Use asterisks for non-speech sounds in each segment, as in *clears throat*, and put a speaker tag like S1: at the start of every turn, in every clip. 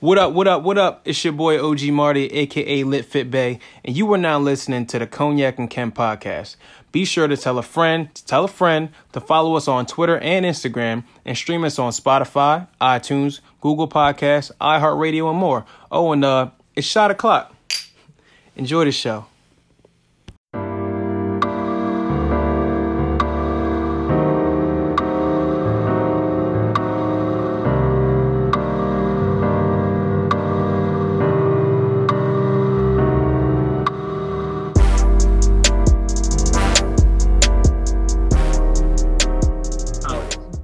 S1: What up, what up, what up? It's your boy OG Marty, aka Lit Fit Bay, and you are now listening to the Cognac and Ken podcast. Be sure to tell a friend, to tell a friend, to follow us on Twitter and Instagram, and stream us on Spotify, iTunes, Google Podcasts, iHeartRadio, and more. Oh, and uh, it's shot o'clock. Enjoy the show.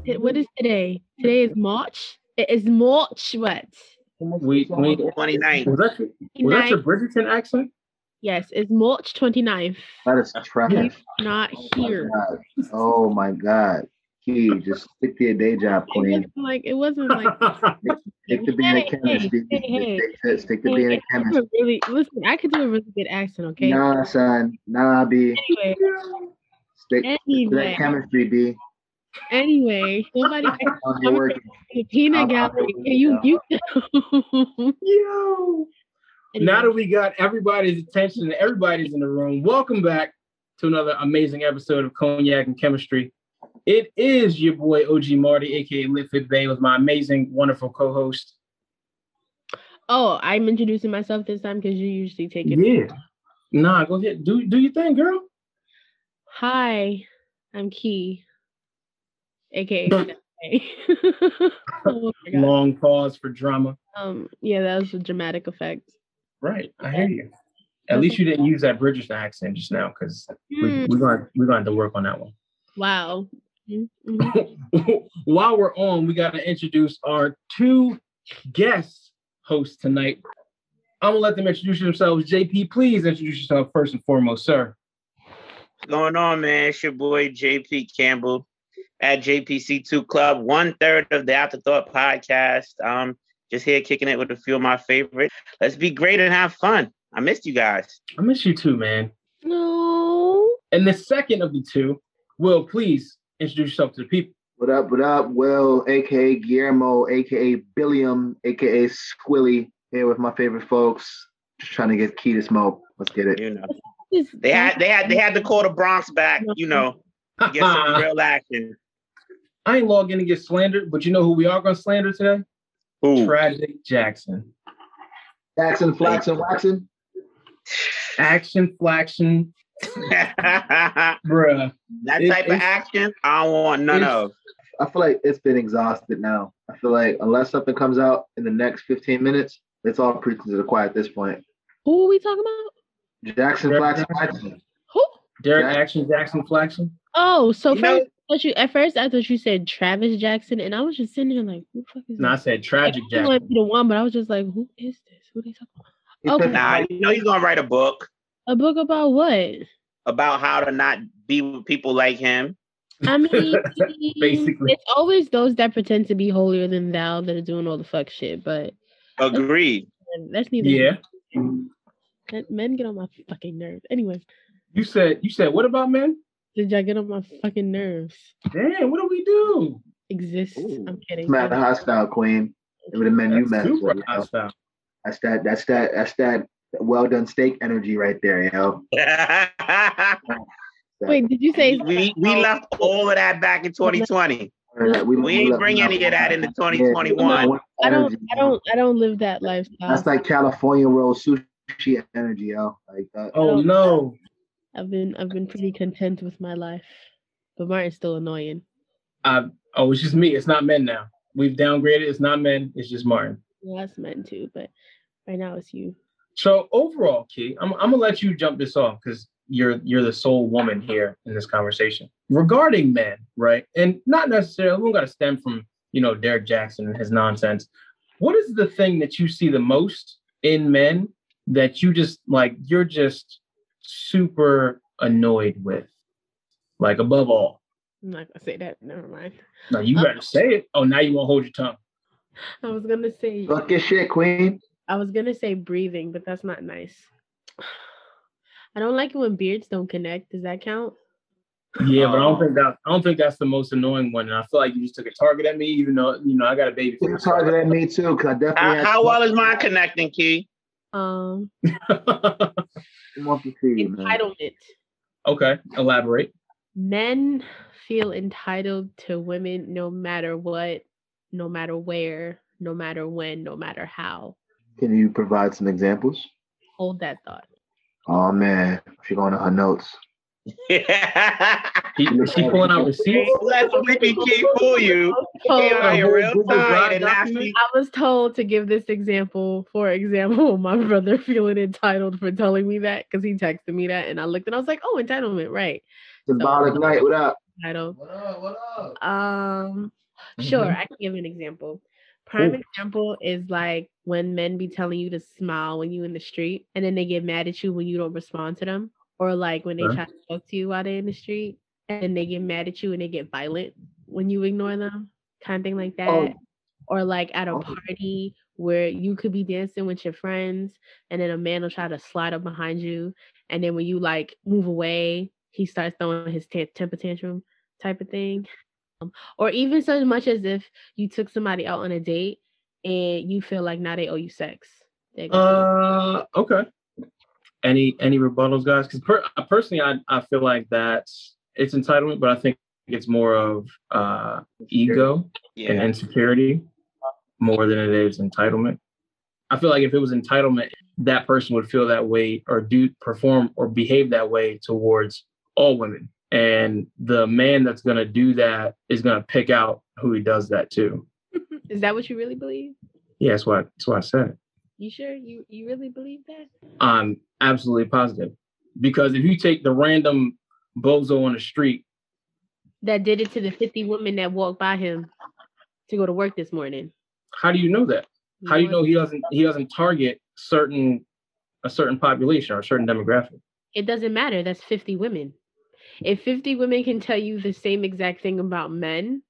S2: T- What is today? Today is March. It is March. What?
S3: We, we,
S4: 29.
S3: was that your, was that your Bridgerton accent?
S2: Yes, it's March 29th.
S4: That is trash.
S2: Not here.
S4: Oh my god. Key, just stick to your day job,
S2: It
S4: queen.
S2: wasn't like it wasn't
S4: *laughs*
S2: like.
S4: Stick to being
S2: Hey,
S4: a chemist.
S2: hey,
S4: Stick-
S2: hey, hey.
S4: stick- Stick stick to being
S2: I could
S4: a
S2: do
S4: chemist.
S2: a really listen. I could do a really good accent. Okay.
S4: Nah, son. Nah, B.
S2: Anyway,
S4: Stick stick to
S2: anyway,
S4: that chemistry, B.
S2: anyway. Nobody
S4: I'll be working.
S2: the peanut
S4: I'm-
S2: gallery.
S4: I'm-
S2: Can you you? know?
S3: *laughs* Yo. Now that
S2: *laughs* Anyway,
S3: we got everybody's attention and everybody's in the room, welcome back to another amazing episode of Cognac and Chemistry. It is your boy OG Marty, aka Litfit Bay, with my amazing, wonderful co-host.
S2: oh, I'm introducing myself this time because you usually take it.
S3: Yeah. Nah, go ahead. Do do your thing, girl.
S2: Hi, I'm Key, aka. *laughs* oh my God.
S3: Long pause for drama.
S2: Um, yeah, that was a dramatic effect.
S3: Right. I hear you. At least you didn't use that Bridgerton accent just now, because we,
S2: Mm,
S3: we're gonna we're gonna have to work on that one.
S2: Wow. Mhm,
S3: *laughs*
S2: mhm.
S3: while we're on, we got to introduce our two guest hosts tonight. I'm gonna let them introduce themselves. JP, please introduce yourself first and foremost, sir.
S4: What's going on, man? It's your boy JP Campbell at JPC2 Club, one third of the Afterthought podcast. Um, just here kicking it with a few of my favorites. Let's be great and have fun. I missed you guys.
S3: I miss you too, man.
S2: No.
S3: And the second of the two, Will, please introduce yourself to the people.
S4: What up, what up? Will, aka Guillermo, aka Billiam, aka Squilly, here with my favorite folks. Just trying to get key to smoke. Let's get it.
S5: You know,
S2: This-
S5: they had they had they had to call the Bronx back. You know, to get some
S3: *laughs* I
S5: real action.
S3: ain't logging to get slandered, but you know who we are gonna slander today?
S5: Who?
S3: Tragic Jackson.
S4: Jackson, flaxen, waxen.
S3: Action, flaction,
S5: *laughs* that
S3: bruh.
S5: type
S3: It-
S5: of
S3: it's-
S5: action, I don't want none
S3: it's-
S5: of.
S4: I feel like it's been exhausted now. I feel like unless something comes out in the next 15 minutes, it's all preaching to the choir at this point.
S2: Who are we talking about?
S4: Jackson, flaxen, waxen.
S2: Who?
S3: Derek
S4: Jack-
S3: Action, Jackson, flaction.
S2: Oh, so
S5: You know-
S2: first, I thought you, at first I thought you said Travis Jackson, and I was just sitting here like, who the fuck is
S3: No, I
S2: this?
S3: said
S2: Like,
S3: tragic
S2: I didn't want to
S3: Jackson.
S2: be the one, but I was just like, who is this? Who they talking about?
S4: He
S2: Okay.
S4: said,
S5: Nah, you know you're gonna write a book
S2: A book about what?
S5: about how to not be with people like him.
S3: *laughs*
S2: I mean,
S3: Basically.
S2: it's always those that pretend to be holier than thou that are doing all the fuck shit, but um,
S5: Agreed. *laughs*
S2: that's neither.
S3: Yeah.
S2: Men- Men get on my fucking nerves. Anyway,
S3: You said you said what about men?
S2: did y'all get on my fucking nerves?
S3: Damn, what do we do?
S2: Exist.
S5: Ooh,
S2: I'm kidding.
S4: Smack the hostile queen. It would have been you
S3: That's
S4: messed
S3: super
S4: with. yo.
S3: hostile.
S4: That's that. That's that. That's that. Well done steak energy right there, yo. That-
S2: Wait, did you say
S5: we we left all of that back in 2020.
S4: that we,
S5: We ain't bring any of that into 2021.
S4: Yeah,
S2: I don't
S4: energy,
S2: I
S4: yo.
S2: don't uh, I don't live that lifestyle.
S4: That's like California roll sushi energy, yo. Like uh, that.
S3: Oh no.
S2: I've been I've been pretty content with my life. But Martin's still annoying.
S3: I, oh, it's just me. It's not men now. We've downgraded. It's not men. It's just Martin.
S2: Well, that's meant to, but right now it's you.
S3: So overall, Key, I'm, I'm gonna let you jump this off because you're you're the sole woman here in this conversation regarding men, right? And not necessarily. We got to stem from you know Derek Jackson and his nonsense. What is the thing that you see the most in men that you just like? You're just super annoyed with, like above all.
S2: I'm not gonna say that. Never mind.
S3: No, you
S2: Uh,
S3: better say it. Oh, now you won't hold your tongue.
S2: I was gonna say
S4: Fuck your shit, queen.
S2: I was gonna say breathing, but that's *sighs* not nice. I don't like it when beards don't connect. Does that count?
S3: Yeah, but I don't think that I don't think that's the most annoying one. And I feel like you just took a target at me, even though you know I got a baby.
S4: Put a target at me too, because I definitely
S5: How,
S4: had
S5: Uh, how well is mine connecting, Key? *laughs*
S2: Um,
S4: want to see you, man.
S2: entitlement.
S3: *laughs* okay, elaborate.
S2: Men feel entitled to women no matter what, no matter where, no matter when, no matter how.
S4: Can you provide some examples?
S2: Hold that thought.
S4: Oh man, she going to her notes.
S5: Let
S3: She, she pulling out receipts.
S5: Sleepy Key fool you.
S2: *laughs*
S5: Came
S2: Told-
S5: out here real
S3: Google Drive
S5: time and now
S3: document?
S5: she
S2: I was told to give this example. For example, *laughs* my brother feeling entitled for telling me that because he texted me that, and I looked and I was like, "Oh, entitlement, right?"
S4: Symbolic night. What up?
S2: Entitled.
S4: What up? What up?
S2: Um, *laughs* sure,
S4: Mm-hmm.
S2: I can give an example. Prime example is like when men be telling you to smile when you in the street, and then they get mad at you when you don't respond to them, or like when they
S4: Uh-huh.
S3: Sure.
S2: try to talk to you while they in the street, and then they get mad at you and they get violent when you ignore them, kind of thing like that.
S4: Oh.
S2: Or like at a
S4: Oh.
S2: party where you could be dancing with your friends, and then a man will try to slide up behind you, and then when you like move away, he starts throwing his ta- temper tantrum type of thing. Um, or even so much as if you took somebody out on a date and you feel like now they owe you sex. They-
S3: Uh, okay. Any any rebuttals, guys? Because per, uh, personally, I I feel like that's it's entitlement, but I think it's more of uh ego and
S5: yeah.
S3: insecurity more than it is entitlement. I feel like if it was entitlement, that person would feel that way or do perform or behave that way towards all women. And the man that's gonna do that is gonna pick out who he does that to.
S2: Is that what you really believe?
S3: Yeah, that's what that's what I said.
S2: You sure you you really believe that?
S3: I'm absolutely positive. Because if you take the random bozo on the street,
S2: That did it to the 50 women that walked by him to go to work this morning.
S3: how do you know that? How do you know
S2: it-
S3: he doesn't he doesn't target certain a certain population or a certain demographic?
S2: It doesn't matter. That's 50 women. If 50 women can tell you the same exact thing about men,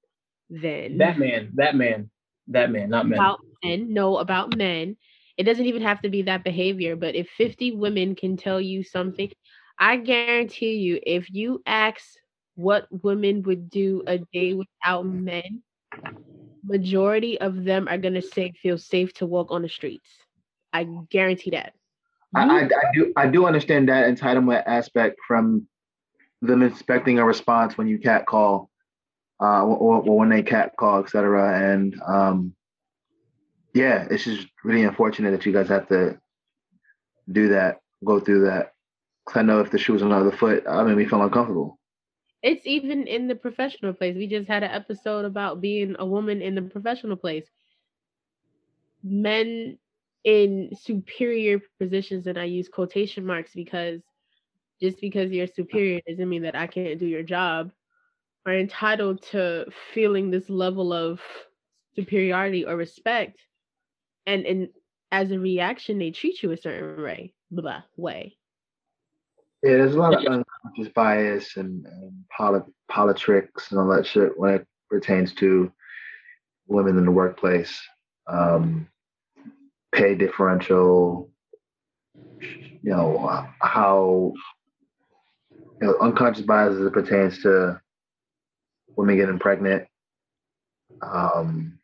S2: then
S3: That man, that man, that man, not men.
S2: about men, no, about men. It doesn't even have to be that behavior, but if 50 women can tell you something, I guarantee you, if you ask what women would do a day without men, majority of them are gonna say feel safe to walk on the streets. I guarantee that.
S4: I, I, I do I do understand that entitlement aspect from them expecting a response when you cat call, uh, or, or when they cat call, etc. And um, yeah, it's just really unfortunate that you guys have to do that, go through that. 'Cause I know if the shoe was on the other foot, I made me feel uncomfortable.
S2: It's even in the professional place. We just had an episode about being a woman in the professional place. Men in superior positions, and I use quotation marks because just because you're superior doesn't mean that I can't do your job, are entitled to feeling this level of superiority or respect. And and as a reaction, they treat you a certain way, blah way.
S4: Yeah, there's a lot of
S3: Yeah.
S4: unconscious bias and, and polit- politics and all that shit when it pertains to women in the workplace. Um, pay differential, you know, uh, how you know, unconscious bias as it pertains to women getting pregnant. Um,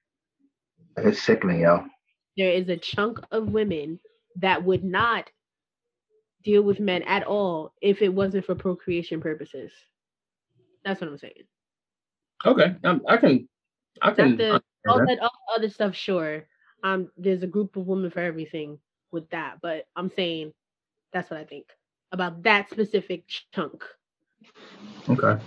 S4: it's sickening, yo.
S2: there is a chunk of women that would not deal with men at all if it wasn't for procreation purposes. That's what I'm saying.
S3: Okay, i I can, I can. uh,
S2: Not the all that all the other stuff, sure. Um, there's a group of women for everything with that, but I'm saying that's what I think about that specific chunk.
S3: Okay.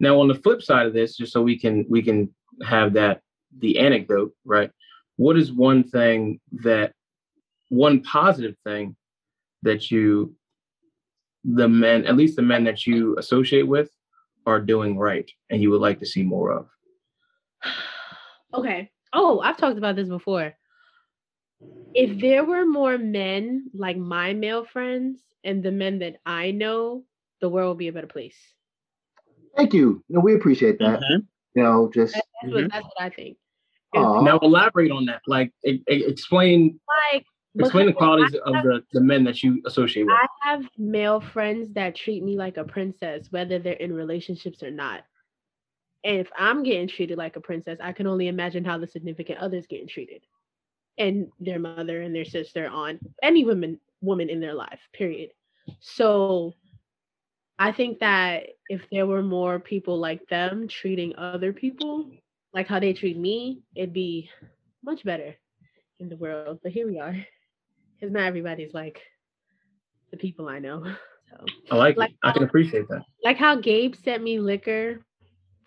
S3: Now on the flip side of this, just so we can we can have that the anecdote, right? What is one thing that one positive thing that you the men, at least the men that you associate with, are doing right and you would like to see more of?
S2: *sighs* okay. Oh, I've talked about this before. If there were more men like my male friends and the men that I know, the world would be a better place.
S4: Thank you. you know, we appreciate that.
S5: Mhm.
S4: You know, just
S2: That- That's, what, that's what I think.
S4: aw.
S3: Now elaborate on that. Like e- e- explain
S2: Like
S3: Explain the qualities of the, the men that you associate with.
S2: I have male friends that treat me like a princess, whether they're in relationships or not. And if I'm getting treated like a princess, I can only imagine how the significant other's getting treated. And their mother and their sister on any women woman in their life, period. So I think that if there were more people like them treating other people like how they treat me, it'd be much better in the world. But here we are. Because not everybody's like the people I know. *laughs* So
S3: I like,
S2: Like
S3: it. I can
S2: how-
S3: appreciate that.
S2: like how Gabe sent me liquor.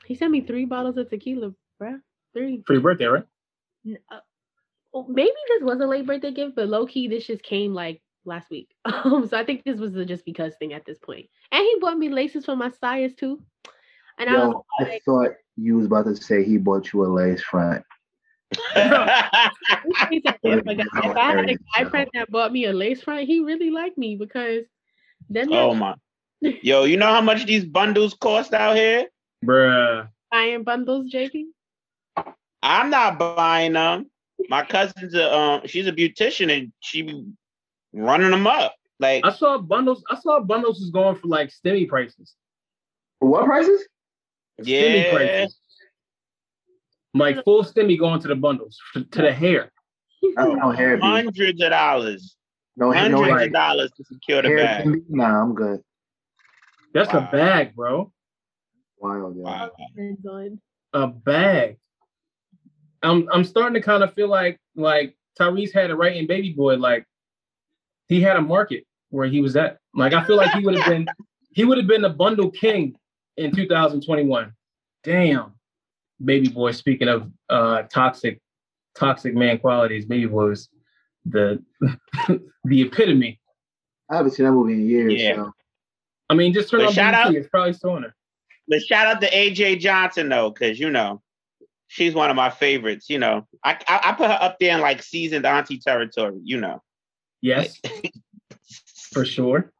S2: He sent me three bottles of tequila, bruh. Three.
S3: For your birthday, right?
S2: N- uh, oh, Maybe this was a late birthday gift, but low key, this just came like last week. *laughs* Um, so I think this was the just because thing at this point. And he bought me laces for my size too. And I was
S4: Yo, I
S2: like,
S4: thought you was about to say he bought you a lace front.
S2: "This is a gift, like, if I had a guy friend that bought me a lace front, he really liked me because then
S5: *laughs* oh my. Yo, you know how much these bundles cost out here?
S3: Bruh.
S2: buying bundles, JP.
S5: I'm not buying them. My cousin's a um, she's a beautician and she be running them up. Like
S3: I saw bundles. I saw bundles was going for like stimmy prices.
S4: What prices?
S5: yeah,
S3: Like full stimmy going to the bundles to, to the hair.
S2: *laughs*
S4: That's how hair be.
S5: hundreds of dollars,
S4: No, hair- no
S5: hundreds
S4: hair.
S5: of dollars to secure the
S4: hair
S5: bag.
S4: can be- Nah, I'm good.
S3: That's
S5: Wow.
S3: a bag, bro.
S4: Wild, yo.
S5: Wow.
S2: Depends on-
S3: A bag. I'm I'm starting to kind of feel like like Tyrese had it right in Baby Boy. Like he had a market where he was at. Like I feel like he would have been he would have been the bundle king in 2021. Damn. Baby Boy. Speaking of uh toxic toxic man qualities, Baby Boy was the *laughs* the epitome.
S4: I haven't seen that movie in years.
S5: Yeah.
S4: So.
S3: I mean, just turn
S5: But
S3: on
S5: shout
S3: BET.
S5: out-
S3: It's probably still on there.
S5: But shout out to AJ Johnson though, because you know she's one of my favorites. You know, I, I I put her up there in like seasoned auntie territory. You know, *laughs*
S3: Yes, for sure,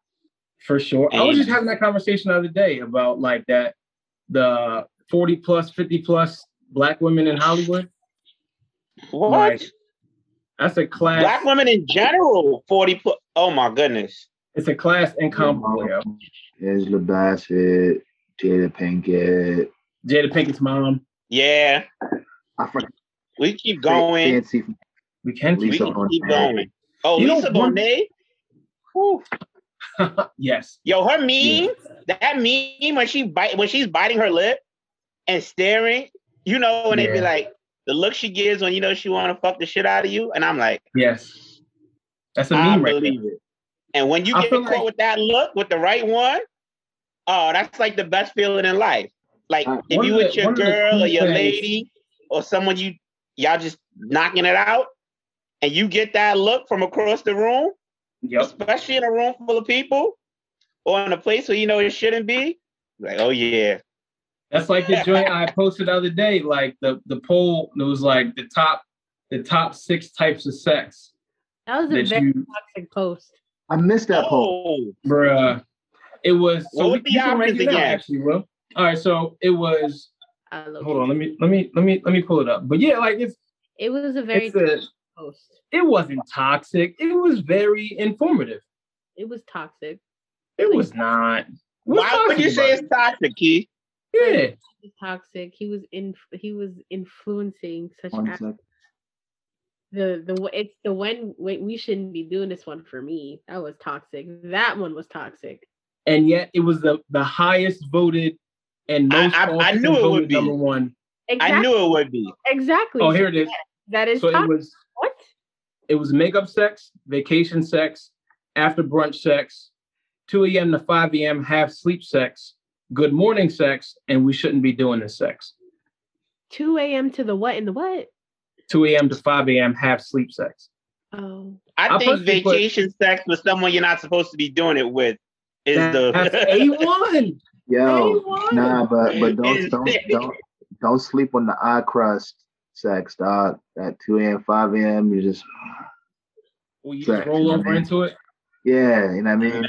S3: for sure. I was
S5: And-
S3: just having that conversation the other day about like that the forty plus, fifty plus black women in Hollywood.
S5: what
S3: Like, that's a class.
S5: black women in general? Forty. Pl- oh my goodness.
S3: It's a class incomparable. yo.
S4: Angela Bassett, Jada Pinkett.
S3: Jada Pinkett's mom.
S5: Yeah,
S4: I forgot.
S5: we keep going.
S4: Fancy from
S3: We can keep
S5: We
S4: Lisa
S5: can
S4: Bonet.
S5: keep going. Oh,
S3: You know,
S5: Lisa
S3: one-
S5: Bonet. Whew.
S3: yes.
S5: Yo, her meme. That meme when she bite when she's biting her lip and staring. You know, and they be
S3: Yeah.
S5: like the look she gives when you know she want to fuck the shit out of you, and I'm like.
S3: Yes. That's a
S5: I
S3: meme right there.
S5: believe it. And when you
S3: I
S5: get
S3: feel
S5: caught
S3: like-
S5: with that look, with the right one, oh, that's like the best feeling in life. Like
S4: Uh,
S5: if
S3: one
S5: you
S3: of the-
S5: with your
S3: one of the
S5: girl or
S3: cool
S5: your
S3: things-
S5: lady or someone you y'all just knocking it out, and you get that look from across the room,
S3: Yep.
S5: especially in a room full of people or in a place where you know it shouldn't be. Like, oh yeah,
S3: That's like the joint I posted the other day, like the the poll. It was like the top the top six types of sex
S2: That was a
S3: that
S2: very
S3: you
S2: toxic post.
S4: I missed that poll.
S5: oh,
S3: Bruh. It was so
S5: What
S3: we,
S5: would the
S3: you can rank
S5: options
S3: it out,
S5: again?
S3: actually, Will. All right, so it was
S2: I love
S3: hold
S2: it.
S3: on, let me let me let me let me pull it up. But yeah, like it's
S2: It was a very
S3: it's a,
S2: toxic post.
S3: it wasn't toxic. It was very informative.
S2: It was toxic.
S3: It was not. What's
S5: why would
S3: toxic
S5: you say
S3: about
S5: it's toxic, Keith?
S2: It
S3: it?
S2: was toxic. He was in. He was influencing such
S5: Oh.
S4: One
S2: act-
S4: sec.
S2: the the w- it's the when wait, we shouldn't be doing this one for me. That was toxic. That one was toxic.
S3: Yeah, and yet it was the the highest voted and
S5: I-
S3: most
S5: I- I
S3: often
S5: knew it would
S3: voted
S5: be.
S3: number one.
S2: Exactly.
S5: I knew it would be.
S2: Exactly.
S3: Oh, here it is.
S2: that is
S3: So it
S2: toxic.
S3: was
S2: what?
S3: it was makeup sex, vacation sex, after brunch sex, 2 a.m. to 5 a.m. half sleep sex, good morning sex, and we shouldn't be doing this sex.
S2: Two a.m. to the what and the what?
S3: 2 a.m. to 5 a.m. half sleep sex.
S2: Oh,
S5: I,
S3: I
S5: think
S3: personally put-
S5: vacation sex with someone you're not supposed to be doing it with is
S3: That-
S5: the
S3: That's
S5: *laughs*
S3: A1.
S4: Yo,
S3: A1.
S4: nah, but but don't don't don't don't sleep on the eye crust sex, dog. At 2 a.m., 5 a.m., you just
S3: Well, you just roll over into it. *laughs*
S4: yeah, you know what I mean.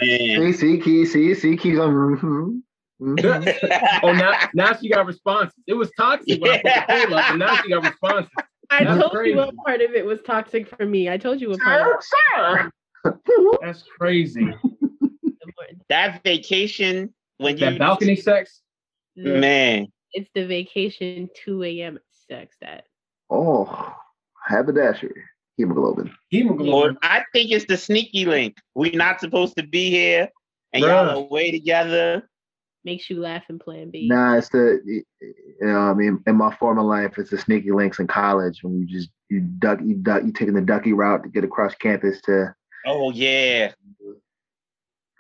S4: See,
S5: Man.
S4: see, key, see, see, keys on.
S3: *laughs*
S4: Mhm.
S3: oh, now now she got responses. It was toxic when I put the poll up, and now she got responses.
S2: I
S3: That's
S2: told
S3: crazy.
S2: you what part of it was toxic for me. I told you what part. Of
S3: That's crazy.
S2: it
S5: That vacation when you
S3: That balcony sex.
S2: was.
S5: man,
S2: It's the vacation 2 a.m. sex that.
S4: Oh, haberdashery, hemoglobin.
S5: Lord,
S3: Hemoglobin.
S5: I think it's the sneaky link. We not supposed to be here, and y'all
S3: Bruh.
S5: are way together.
S2: makes you laugh in plan B.
S4: Nah, it's the you know, I mean, in my former life, it's the sneaky links in college when you just you duck, you duck, you taking the ducky route to get across campus to.
S5: Oh yeah,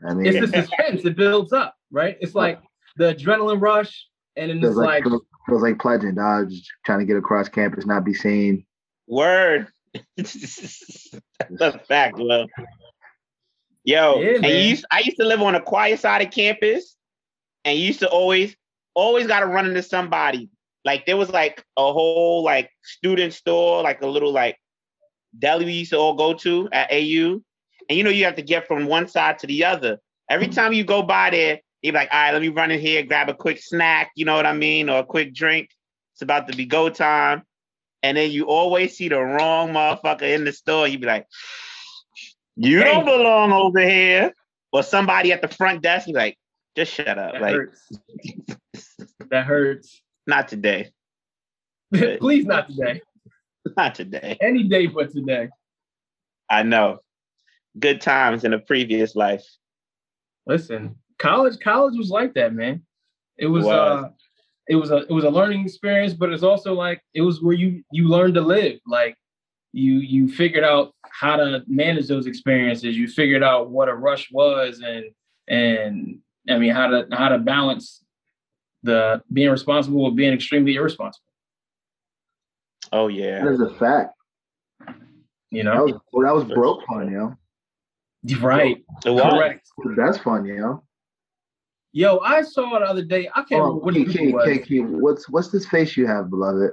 S4: I mean,
S3: It's the suspense. It builds up, right? It's like the adrenaline rush, and then it's
S4: feels like,
S3: like
S4: feels, feels like pledging, dog. Just trying to get across campus, not be seen.
S5: word. That's a fact, love. Yo,
S3: Yeah,
S5: and you
S3: man.
S5: used, I used to live on a quiet side of campus, and you used to always, always got to run into somebody. Like there was like a whole like student store, like a little like deli we used to all go to at AU, and you know you have to get from one side to the other. Every time you go by there, you're like, all right, let me run in here, grab a quick snack, you know what I mean, or a quick drink. It's about to be go time. And then you always see the wrong motherfucker in the store. You be like, you don't belong over here. Or somebody at the front desk, you like, just shut up.
S3: that
S5: Like,
S3: hurts. *laughs* that hurts.
S5: not today. *laughs*
S3: *laughs* Please not today.
S5: Not today.
S3: Any day but today.
S5: I know. Good times in a previous life.
S3: Listen, college college was like that, man. It was
S5: Was.
S3: uh it was a it was a learning experience, but it's also like it was where you you learned to live. Like you you figured out how to manage those experiences. You figured out what a rush was and and I mean how to how to balance the being responsible with being extremely irresponsible,
S5: Oh yeah.
S4: That is a fact.
S3: you
S4: That
S3: know?
S4: was that was broke fun, yo.
S3: Right.
S5: It was.
S3: Correct.
S4: That's fun, yo.
S3: Yo, I saw the other day. I can't remember
S4: Oh,
S3: what the
S4: Key,
S3: group
S4: Key,
S3: it was.
S4: Key, Key, what's what's this face you have, beloved?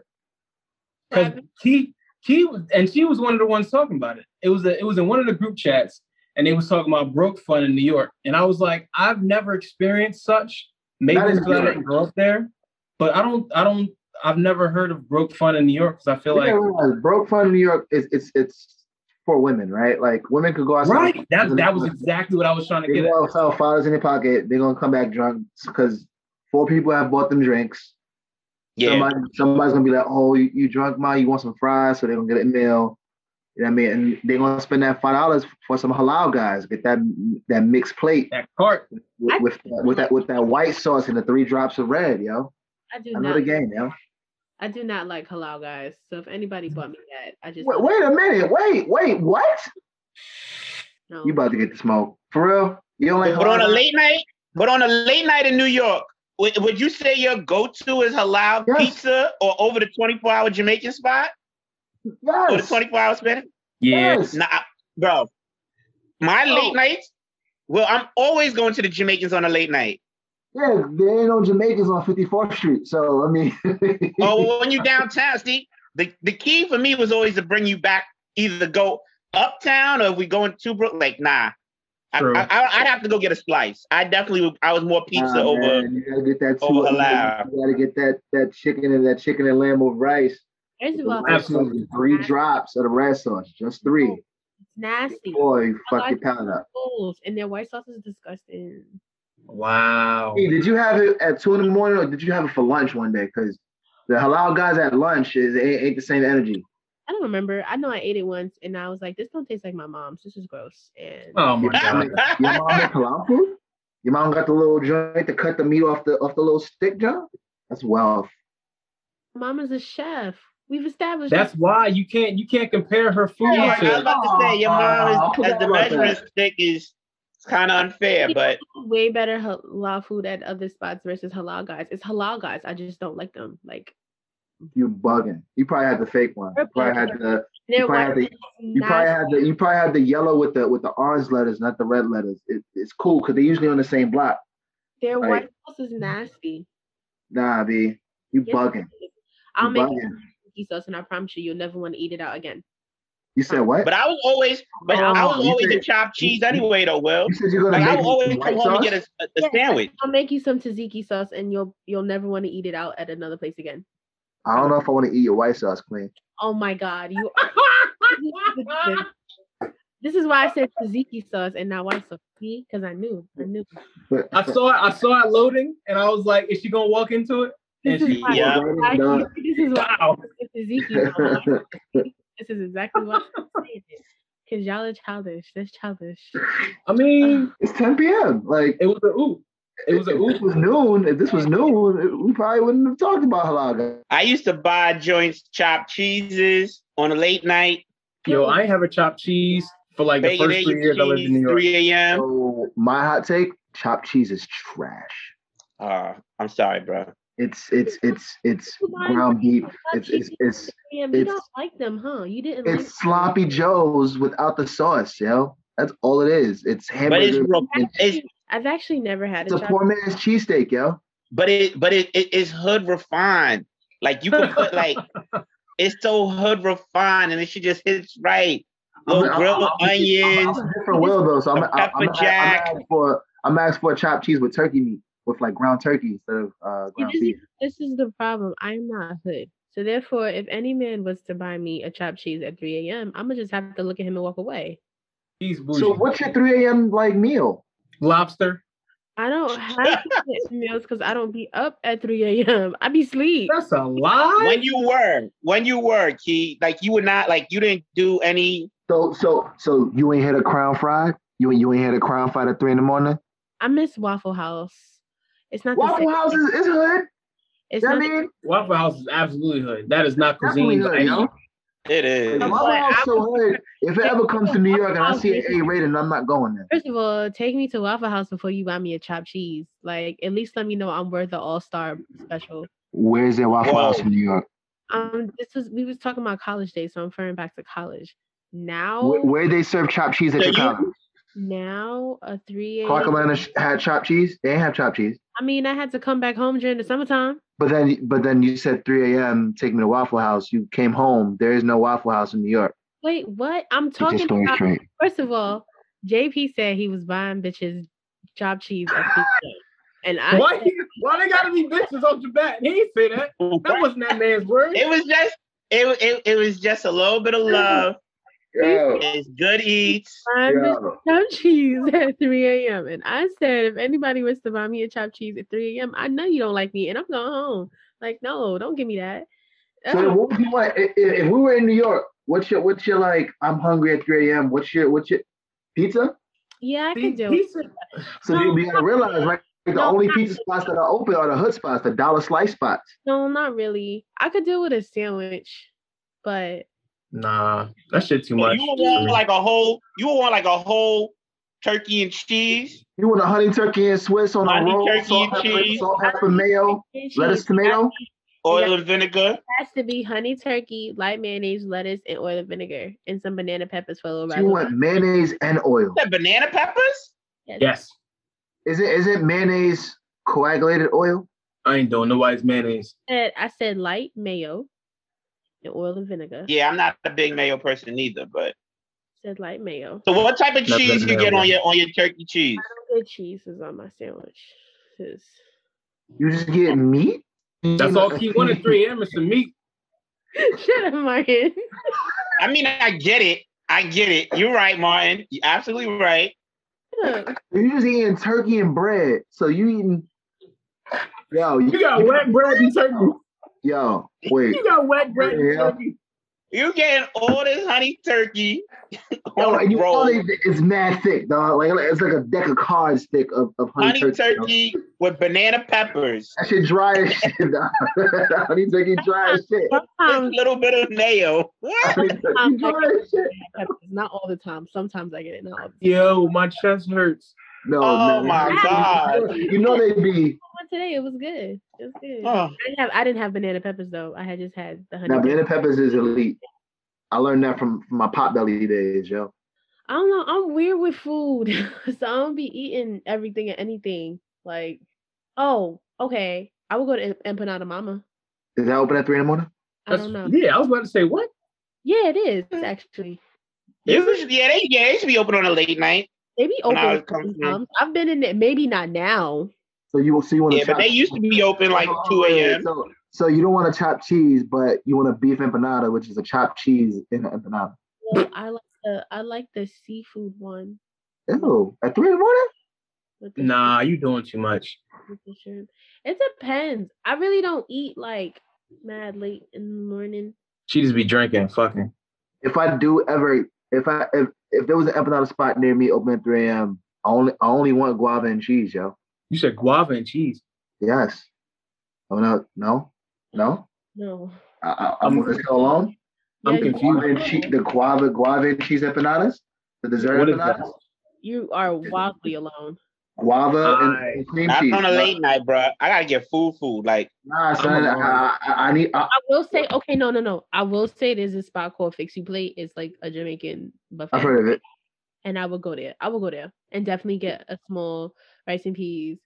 S3: because Key Key was, and she was one of the ones talking about it. It was a, it was in one of the group chats, and they was talking about broke fun in New York, and I was like, I've never experienced such. Maybe
S4: Not in
S3: it's because I
S4: New
S3: didn't grow up there, but I don't, I don't, I've never heard of broke fun in New York because I feel like
S4: Yeah, right. broke fun in New York is it's it's for women, right? Like women could go outside.
S3: right. That that was exactly what I was trying to
S4: They
S3: get at.
S4: go outside, with dollars in their pocket. They're gonna come back drunk because four people have bought them drinks.
S5: Yeah.
S4: Somebody, somebody's gonna be like, "Oh, you, you drunk, ma? You want some fries?" So they're gonna get a meal. You know what I mean? And they're gonna spend that five dollars for some halal guys. Get that that mixed plate
S3: That cart.
S4: with with, with that with that white sauce and the three drops of red, yo.
S2: I do
S4: Another
S2: not.
S4: game, yo.
S2: I do not like halal guys. So if anybody bought me that, I just
S4: Wait, wait a minute. Wait, wait, what?
S2: no.
S4: You about to get the smoke for real? You don't like
S5: But on a
S4: halal?
S5: late night, but on a late night in New York, would, would you say your go-to is halal
S4: Yes.
S5: pizza or over the 24-hour Jamaican spot? Or the
S4: Yes.
S5: 24-hour Spanish?
S3: Yeah.
S4: Yes.
S5: Nah, bro. My
S4: Oh.
S5: late nights. Well, I'm always going to the Jamaicans on a
S4: *laughs*
S5: late night.
S4: Yeah, there ain't no Jamaicans on 54th Street. So, I mean,
S5: *laughs* Oh, well, when you downtown, see, the, the key for me was always to bring you back, either go uptown or if we going to Brook. Like, nah, I,
S3: True.
S5: I, I, would have to go get a slice. I definitely, would, I was more pizza
S4: Nah,
S5: over. *laughs*
S4: man, you gotta get that
S5: over
S4: two-
S5: halal.
S4: You gotta get that that chicken and that chicken and lamb over rice.
S2: First of all, it's
S3: Absolutely.
S4: Three drops of the red sauce, just three.
S2: nasty.
S4: Boy, you
S2: Oh, I
S4: fuck your
S2: like-
S4: palate up.
S2: Fools, and their white sauce is disgusting.
S3: Wow.
S4: Hey, did you have it at two in the morning, or did you have it for lunch one day? Because the halal guys at lunch is ain't, ain't the same energy.
S2: I don't remember. I know I ate it once, and I was like, "This don't taste like my mom's. This is gross." And
S3: Oh my god.
S4: Your mom had halal food. Your mom got the little joint to cut the meat off the off the little stick joint. That's wealth.
S2: mom is a chef. We've established
S3: That's
S2: this.
S3: why you can't you can't compare her food
S5: Yeah, I was
S3: *laughs* to.
S5: about to say your
S4: Oh, I
S5: mom is,
S4: forgot
S5: as the
S4: about that.
S5: measurement stick is kind of unfair, but
S2: way better halal food at other spots versus halal guys. It's halal guys. I just don't like them. Like
S4: You bugging. You probably had the fake one. You probably had the
S2: their
S4: probably
S2: white
S4: have to-
S2: sauce is
S4: You probably had
S2: nasty.
S4: the you probably had the yellow with the with the orange letters, not the red letters. It, it's cool because they're usually on the same block.
S2: their
S4: like-
S2: white sauce is nasty.
S4: Nah, B, you
S2: Yes,
S4: bugging.
S2: it is.
S4: You
S2: I'll make
S4: bugging.
S2: cookie sauce, and I promise you, you'll never want to eat it out again.
S4: You said what?
S5: but I was always, but I
S4: Oh,
S5: was
S4: you
S5: always a
S4: said-
S5: chopped cheese anyway, though. Will
S4: you said you're gonna
S5: like I
S4: make
S5: would always
S4: me
S5: come
S4: white
S5: home and
S4: sauce.
S5: get a, a, a
S2: Yes.
S5: sandwich.
S2: I'll make you some tzatziki sauce, and you'll you'll never want to eat it out at another place again.
S4: I don't know if I want to eat your white sauce, Queen.
S2: Oh my God, you. this is why I said tzatziki sauce and not white sauce, because I knew, I knew.
S3: I saw it. I saw it loading, and I was like, "Is she gonna walk into it?"
S2: This
S3: And
S2: is
S3: she-
S2: why.
S5: yeah.
S2: I
S4: No.
S2: knew This is why.
S3: Wow.
S2: It's tzatziki
S4: *laughs*
S2: sauce. This is exactly why I'm saying it. Cause y'all are childish. That's childish.
S3: I mean,
S4: It's 10 p.m. Like
S3: it was a ooh. It was a
S4: if this
S3: ooh.
S4: was noon, if this was noon, it- we probably wouldn't have talked about halaga.
S5: I used to buy joints, chopped cheeses on a late night,
S3: Yo, I ain't have a chopped cheese for like the
S5: bacon,
S3: first
S5: egg,
S3: three years I lived in New
S5: cheese,
S3: York.
S5: 3 a.m.
S4: So my hot take: chopped cheese is trash.
S5: Uh, I'm sorry, bro.
S4: It's it's it's it's ground beef. It's it's it's
S2: Yeah, you
S4: it's-
S2: don't like them, huh? You didn't like
S4: it's sloppy joes without the sauce, yo. That's all it is. It's
S5: But it's,
S4: hamburger.
S5: real- it's
S2: I've actually never had
S4: It's
S2: a
S4: a
S2: chopped
S4: poor man's cheesesteak, yo.
S5: but it but it, it it's hood refined. Like you can put
S4: *laughs*
S5: like it's so hood refined and it should just hits right. Little
S4: I'm- I'm-
S5: grilled
S4: I'm-
S5: onions.
S4: I'm a different will though, so I'm I'm, I'm,
S5: Pepper
S4: I'm,
S5: jack.
S4: asking for I'm asking for chopped cheese with turkey meat with like ground turkey instead of uh,
S2: See,
S4: ground
S2: this,
S4: beef.
S2: is, this is the problem. I'm not hood. So therefore, if any man was to buy me a chopped cheese at 3 a.m., I'm gonna just have to look at him and walk away.
S3: He's bougie.
S4: So what's your 3 a.m. like meal?
S3: lobster?
S2: I
S4: *laughs*
S2: don't have to get meals because I don't be up at 3 a.m. I be sleep.
S3: That's a lie.
S5: When you were, when you were, Key, like you were not like you didn't do any
S4: So so so you ain't had a crown fried. You ain't you ain't had a crown fried at three in the morning.
S2: I miss Waffle House. It's not the
S4: Waffle
S2: same.
S4: House is, is hood.
S2: It's
S4: You know
S2: not
S4: what I
S2: the-
S4: mean,
S3: Waffle House is absolutely hood. That is not
S4: definitely
S3: cuisine.
S4: hood, yo.
S5: it is.
S2: No,
S4: Waffle
S2: but
S4: House
S2: I
S4: so
S2: was-
S4: hood. If it ever comes to New York and I see an A rating, I'm not going there.
S2: First of all, take me to Waffle House before you buy me a chopped cheese. Like, at least let me know I'm worth the All Star special.
S4: Where's their Waffle
S5: Whoa.
S4: House in New York?
S2: Um, this was we was talking about college days, so I'm referring back to college. Now,
S4: Where, where they serve chopped cheese at
S5: So
S4: your
S5: you-
S4: college?
S2: now a three
S4: Clark
S2: a.m.
S4: Atlanta sh- had chopped cheese. They ain't have chopped cheese.
S2: I mean, I had to come back home during the summertime.
S4: But then, but then you said 3 a.m. Take me to Waffle House. You came home. There is no Waffle House in New York.
S2: Wait, what? I'm
S4: Get this
S2: talking
S4: story
S2: about.
S4: straight.
S2: First of all, JP said he was buying bitches job cheese at
S4: *sighs*
S2: 3 a.m. and I
S3: Why?
S2: said,
S3: Why they gotta be bitches off the bat? He ain't say that. That wasn't that man's word.
S5: It was just it, it, it was just a little bit of love.
S4: Yo,
S5: It's good eats.
S2: buying bitches
S4: yo.
S2: chopped cheese at 3 a.m. And I said, if anybody was to buy me a chopped cheese at 3 a.m., I know you don't like me, and I'm going home. Like, no, don't give me that. That's
S4: So then
S2: what-
S4: what would you want? If, if we were in New York, what's your what's your like? I'm hungry at 3 a.m. What's your what's your pizza?
S2: yeah, I
S3: See,
S2: could do
S3: he
S2: it.
S3: said-
S4: So you you gotta realize, right? The
S2: No,
S4: only
S2: not-
S4: pizza spots that are open are the hood spots, the dollar slice spots.
S2: No, not really. I could do with a sandwich, but
S3: Nah, that shit too
S5: You
S3: much.
S5: would want like a whole you would want like a whole turkey and cheese.
S4: You want a honey turkey and Swiss on
S5: Honey
S4: a roll,
S5: turkey
S4: salt
S5: and
S4: pepper,
S5: cheese.
S4: salt pepper, mayo, lettuce, tomato.
S5: Oil and vinegar.
S2: has to be honey turkey, light mayonnaise, lettuce, and oil and vinegar, and some banana peppers for a little
S4: So you want mayonnaise and oil.
S5: That banana peppers?
S3: Yes,
S4: Is it is it mayonnaise coagulated oil?
S3: I ain't doing nobody's mayonnaise.
S2: I said, I said light mayo and oil and vinegar.
S5: Yeah, I'm not a big mayo person either, but
S2: said light mayo.
S5: so what type of
S3: Not
S5: cheese
S3: big
S5: you get
S3: mayo.
S5: on your on your turkey cheese?
S2: Good cheese is on my sandwich. 'cause
S4: You just get meat.
S3: That's all he wanted. Three a.m. is some meat.
S2: *laughs* Shut up, Martin.
S5: I mean, I get it. I get it. You're right, Martin. You're absolutely right.
S2: Shut
S4: *laughs*
S2: up.
S4: You just eating turkey and bread. So you eating? Yo,
S3: You got wet bread and turkey.
S4: Yo, wait.
S3: You got wet bread and
S4: Yeah.
S3: turkey.
S5: You're getting all this honey turkey *laughs*
S4: Yo,
S5: on
S4: and
S5: a
S4: you
S5: roll.
S4: know they, it's mad thick, dog. Like it's like a deck of cards thick of, of honey,
S5: honey turkey,
S4: turkey. dog.
S5: with banana peppers,
S4: That shit dry as shit. *laughs* dog. *laughs* honey turkey dry as shit. *laughs*
S5: a
S2: Sometimes,
S5: little bit of mayo. What?
S4: Honey turkey dry as shit.
S2: peppers, not all the time. Sometimes I get it. Not all the time.
S3: Yo, my chest hurts.
S4: No,
S5: Oh
S4: man.
S5: my God.
S4: You know they be
S2: One today, it was good. It was good. I
S5: Oh,
S2: didn't have I didn't have banana peppers though. I had just had the honey.
S4: now
S2: peppers.
S4: banana peppers is elite. I learned that from, from my pop belly days, yo.
S2: I don't know. I'm weird with food, *laughs* so I don't be eating everything and anything. Like, oh, okay. I would go to Em- Empanada Mama.
S4: Is that open at three in the morning?
S2: I don't know.
S3: Yeah, I was about to say what?
S2: Yeah, it is actually.
S5: usually, yeah, they yeah, they should be open on a late night.
S2: They be
S5: When I was
S2: open.
S5: coming through.
S2: sometimes. I've been in it. Maybe not now.
S4: So you so you want to Oh,
S5: Yeah, but they used to be open like two a.m.
S4: So, So you don't want a chopped cheese, but you want a beef empanada, which is a chopped cheese in an empanada.
S2: Well, I like the I like the seafood one.
S4: Ew, at three in the morning?
S2: with the
S3: Nah, you doing too much.
S2: with the shrimp. It depends. I really don't eat like mad late in the morning.
S3: She just be drinking, fucking.
S4: If I do ever, if I if if there was an empanada spot near me open at three a.m., I only I only want guava and cheese, yo.
S3: You said guava and cheese.
S4: Yes. Oh no, no, no.
S2: No.
S4: I, I,
S3: Um,
S4: I'm it's so long.
S3: I'm
S2: you-
S4: Guava and
S3: confused.
S4: cheese, the guava guava and cheese empanadas, the dessert
S3: What is
S4: empanadas,
S3: that?
S2: You are wildly alone.
S4: guava and,
S3: Nice.
S4: and cream
S5: I'm
S4: cheese.
S5: on a late night, bro. I gotta get food, food. Like
S4: Nah, son,
S3: I'm
S4: I, I, I need. I,
S2: I will say, okay, no, no, no. I will say there's a spot called Fix You Plate. It's like a Jamaican buffet.
S4: I've heard of it.
S2: and I will go there. I will go there and definitely get a small rice and peas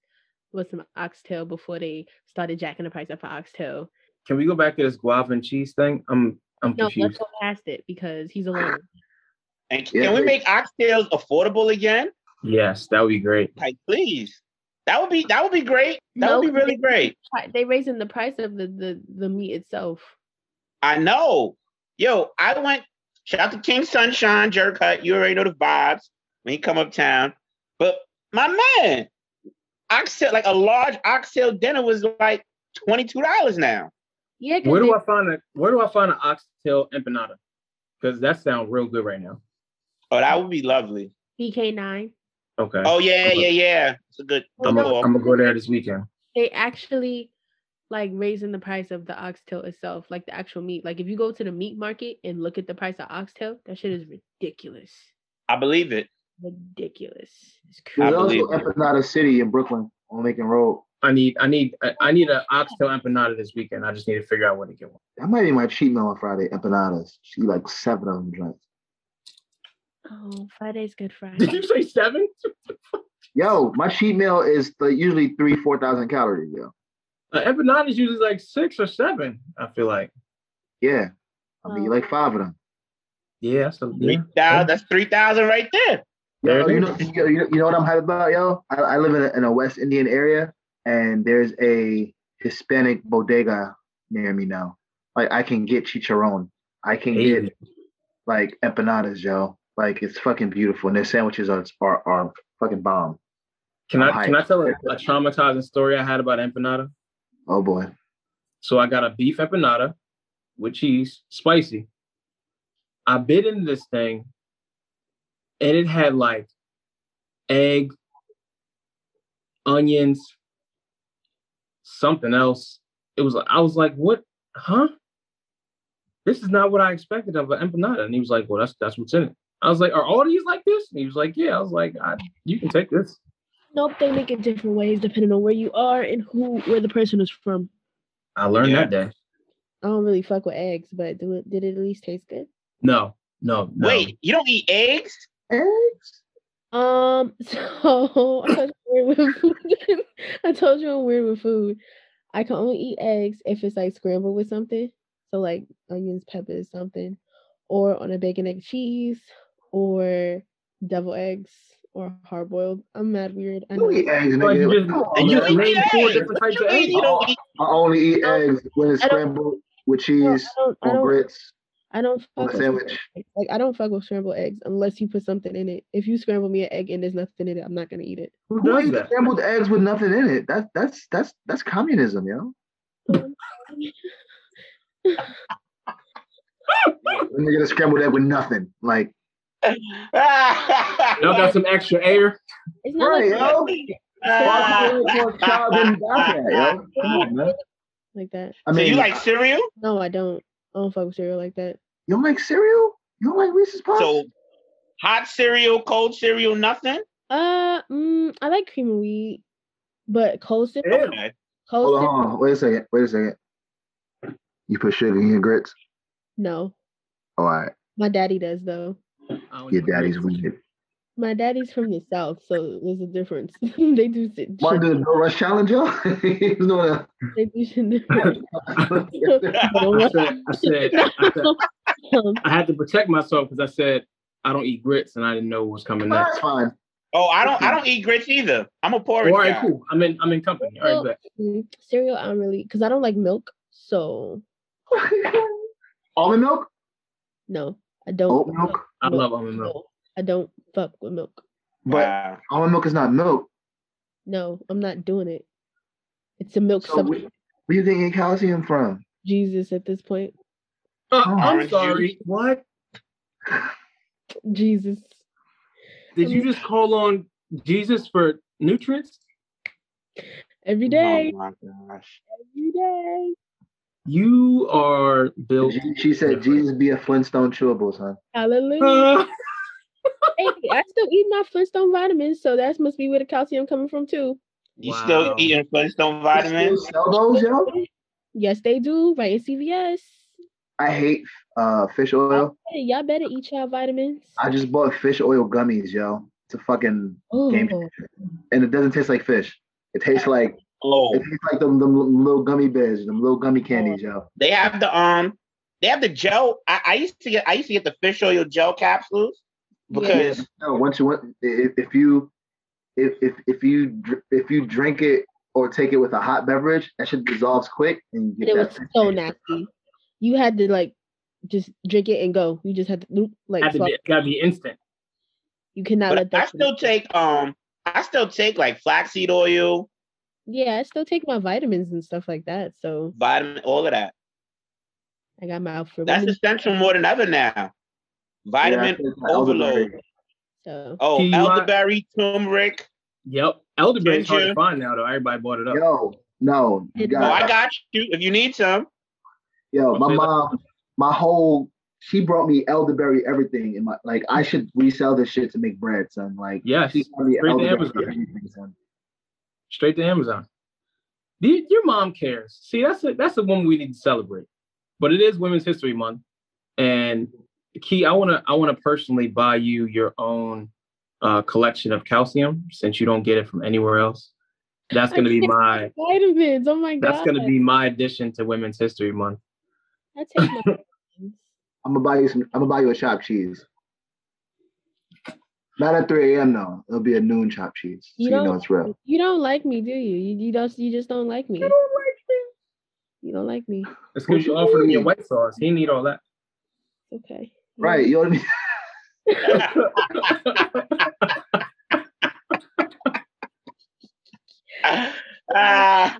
S2: with some oxtail before they started jacking the price up for oxtail.
S3: Can we go back to this guava and cheese thing? I'm I'm
S2: No, let's
S3: confused.
S2: go past it because
S3: *sighs*
S2: he's alone.
S5: And can
S4: Yeah.
S5: we make oxtails affordable again?
S3: Yes, that would be great.
S5: Like, please. That would be that would be great. That
S2: No,
S5: would be really great.
S2: Pri- They raising the price of the the, the meat itself.
S5: I know. Yo, I went shout out to King Sunshine, Jerk Hut. You already know the vibes when he come uptown. But my man, oxtail like a large oxtail dinner was like twenty two dollars now.
S2: Yeah,
S3: Where
S2: because
S3: do I find a Where do I find an oxtail empanada? Because that sounds real good right now.
S5: Oh, that would be lovely.
S2: BK nine.
S3: Okay,
S5: Oh yeah, yeah, yeah. It's a good.
S3: I'm
S5: good
S3: gonna
S5: call.
S3: I'm gonna go there this weekend.
S2: They actually like raising the price of the oxtail itself, like the actual meat. Like if you go to the meat market and look at the price of oxtail, that shit is ridiculous.
S5: I believe it.
S2: Ridiculous. It's
S4: There's
S5: I
S4: also
S5: believe you.
S4: Empanada City in Brooklyn on Lincoln Road.
S3: I need I need I- I need an oxtail empanada this weekend. I just need to figure out where to get one.
S4: That might be my cheat meal on Friday. Empanadas. She like seven of them joints.
S2: Oh, Friday's Good Friday.
S3: Did you say seven?
S4: Yo, my cheat meal is the, usually three, four thousand calories. Yo,
S3: Uh, empanadas usually like six or seven. I feel like
S4: yeah, I mean, you like five of them.
S3: yeah, that's a,
S5: Three
S3: yeah.
S5: thousand. That's three thousand right there.
S3: There
S4: Yo,
S3: it
S4: you
S3: is.
S4: know, you, you know what I'm hyped about, yo? I, I live in a, in a West Indian area, and there's a Hispanic bodega near me now. Like, I can get chicharron. I can
S3: Hey,
S4: get like empanadas, yo. Like, it's fucking beautiful, and their sandwiches are are, are fucking bomb.
S3: Can
S4: I'm
S3: I can I
S4: hyped.
S3: tell a, a traumatizing story I had about empanada?
S4: Oh boy,
S3: So I got a beef empanada with cheese, spicy. I bit into this thing, and it had like egg, onions, something else. It was I was like, "What? Huh? This is not what I expected of an empanada." And he was like, "Well, that's that's what's in it." I was like, "Are all these like this?" And he was like, "Yeah." I was like, I, "You can take this."
S2: Nope, they make it different ways depending on where you are and who where the person is from.
S3: I learned
S5: Yeah.
S3: that day.
S2: I don't really fuck with eggs, but do it, did it at least taste good?
S3: No, no, no.
S5: Wait, you don't eat eggs?
S4: eggs.
S2: Um, *laughs* so I told you I'm weird with food. *laughs* I told you I'm weird with food. I can only eat eggs if it's like scrambled with something, so like onions, peppers, something, or on a bacon egg cheese, or devil eggs, or hard boiled. I'm mad weird. I
S4: You
S2: know.
S4: eat eggs,
S3: Like you
S4: nigga.
S3: just,
S4: Come on,
S5: you
S3: you
S4: man.
S3: just
S5: eat
S3: named four
S5: eggs.
S3: different types of
S5: You mean
S3: eggs.
S5: you don't eat? *laughs*
S4: I only eat eggs when it's
S2: I don't-
S4: scrambled with
S2: No,
S4: cheese
S2: I don't. I
S4: on
S2: don't
S4: grits.
S2: I don't
S4: on
S2: fuck
S4: a
S2: with scrambled
S4: sandwich.
S2: eggs. like I don't fuck with scrambled eggs unless you put something in it. If you scramble me an egg and there's nothing in it, I'm not gonna eat it.
S3: Who
S4: Who
S3: does
S4: eats
S3: that?
S4: scrambled eggs with nothing in it? That's that's that's that's communism, yo. When you get a scrambled egg with nothing, like
S3: Y'all got some extra air?
S2: It's not
S4: right,
S2: like,
S4: yo. Why do you want your child in that, yo? Come on,
S5: *laughs*
S4: man.
S2: like that.
S4: I
S5: so
S4: mean,
S5: you like cereal?
S2: No, I don't. I don't fuck with cereal like that.
S4: you don't like cereal? You don't like Reese's Puffs?
S5: So hot cereal, cold cereal, nothing.
S2: Uh, mm, I like cream of wheat, but cold cereal.
S3: Ew.
S5: Okay.
S2: Cold
S4: hold on,
S2: cereal,
S4: hold on, wait a second, wait a second. You put sugar in your grits?
S2: no.
S4: All right,
S2: My daddy does though.
S3: I don't
S4: your
S3: know.
S4: daddy's weird.
S2: My daddy's from the south, so there's a difference. *laughs* they do shit.
S4: Want to do the no rush challenge, *laughs* yo? He's doing
S2: They do
S3: *laughs*
S2: shit different.
S4: a.
S3: I said,
S2: *laughs*
S3: I said, I said,
S2: Um,
S3: I had to protect myself because I said I don't eat grits and I didn't know what was coming
S4: that's
S3: next.
S4: fine.
S5: Oh, I don't. I don't eat grits either. I'm a porridge
S3: All right,
S5: guy.
S2: Um,
S3: cool. I'm in. I'm in company. All right, bet.
S2: Mm, cereal, I don't really because I don't like milk, So
S4: almond milk,
S2: no, I don't.
S4: oat Oh, milk.
S3: I love almond milk.
S2: I don't fuck with milk.
S4: But
S5: Wow.
S4: almond milk is not milk.
S2: No, I'm not doing it. It's a milk
S4: So where,
S2: substitute.
S4: where you think you get calcium from?
S2: Jesus at this point.
S3: Uh,
S4: Oh.
S3: I'm
S5: Orange
S3: sorry.
S5: juice.
S3: What
S2: Jesus.
S3: did you just call on Jesus for nutrients?
S2: Every day.
S5: Oh my gosh.
S2: Every day.
S3: You are built.
S4: She- She said, "Jesus *laughs* be a Flintstone chewables, huh?"
S3: *laughs*
S2: Hallelujah.
S3: Uh,
S2: hey, I still eat my Flintstone vitamins, so that must be where the calcium coming from too.
S5: You
S3: Wow.
S5: still eating Flintstone vitamins?
S4: Still sell those, yo?
S2: Yes, they do. Right in CVS.
S4: I hate uh, fish oil.
S2: Hey, y'all better eat y'all vitamins.
S4: I just bought fish oil gummies, yo. It's a fucking
S2: Oh,
S4: game, and it doesn't taste like fish. It tastes like it
S5: Oh,
S4: tastes like them, them little gummy bears, them little gummy candies, yo.
S5: they have the um, they have the gel. I, I used to get, I used to get the fish oil gel capsules because
S4: No, once you want, if, if you if if if you dr- if you drink it or take it with a hot beverage, that shit dissolves quick, and you
S2: and it
S4: get
S2: was
S4: that.
S2: so nasty. You had to like just drink it and go. You just had to loop like
S3: had to
S2: swallow.
S3: be, gotta be instant.
S2: you cannot
S5: but
S2: let
S5: I
S2: that.
S5: still take um, I still take like flaxseed oil,
S2: yeah, I still take my vitamins and stuff like that. So
S5: vitamin, all of that.
S2: I got my out for
S5: That's
S2: women,
S5: essential more than ever now. Vitamin
S4: Yeah, I think my
S5: overload.
S4: elderberry-
S2: so
S5: Oh,
S3: Key lime.
S5: elderberry, turmeric.
S3: Yep, elderberry is hard
S5: Ginger.
S3: to find now though. Everybody bought it up.
S4: Yo, no, you
S2: It-
S5: Oh, I
S4: got
S5: got you. If you need some, *laughs*
S4: yo.
S3: I'll
S4: My *laughs*
S3: say that.
S4: mom, my whole she brought me elderberry everything, and my like I should resell this shit to make bread, son. Like
S3: Yes,
S4: she brought me
S3: straight to
S4: elderberry
S3: Amazon.
S4: everything, son.
S3: straight to Amazon. The- your mom cares. See, that's a, that's a woman we need to celebrate. But it is Women's History Month, and Key, I wanna I wanna personally buy you your own uh, collection of calcium since you don't get it from anywhere else. That's gonna be my
S2: *laughs* vitamins. Oh my god,
S3: that's gonna be my addition to Women's History Month.
S2: I take
S3: *laughs*
S2: my vitamins.
S4: I'm gonna buy you some. I'm gonna buy you a chopped cheese. Not at 3 a.m. though. It'll be a noon chopped cheese, so
S2: You
S4: you know
S2: don't-
S4: it's real.
S2: You don't like me, do you? You, you don't. You just don't like me. You don't like me.
S3: That's because you offered me a white sauce. He need all that.
S2: Okay.
S4: Right? You know what I mean?
S5: Ah,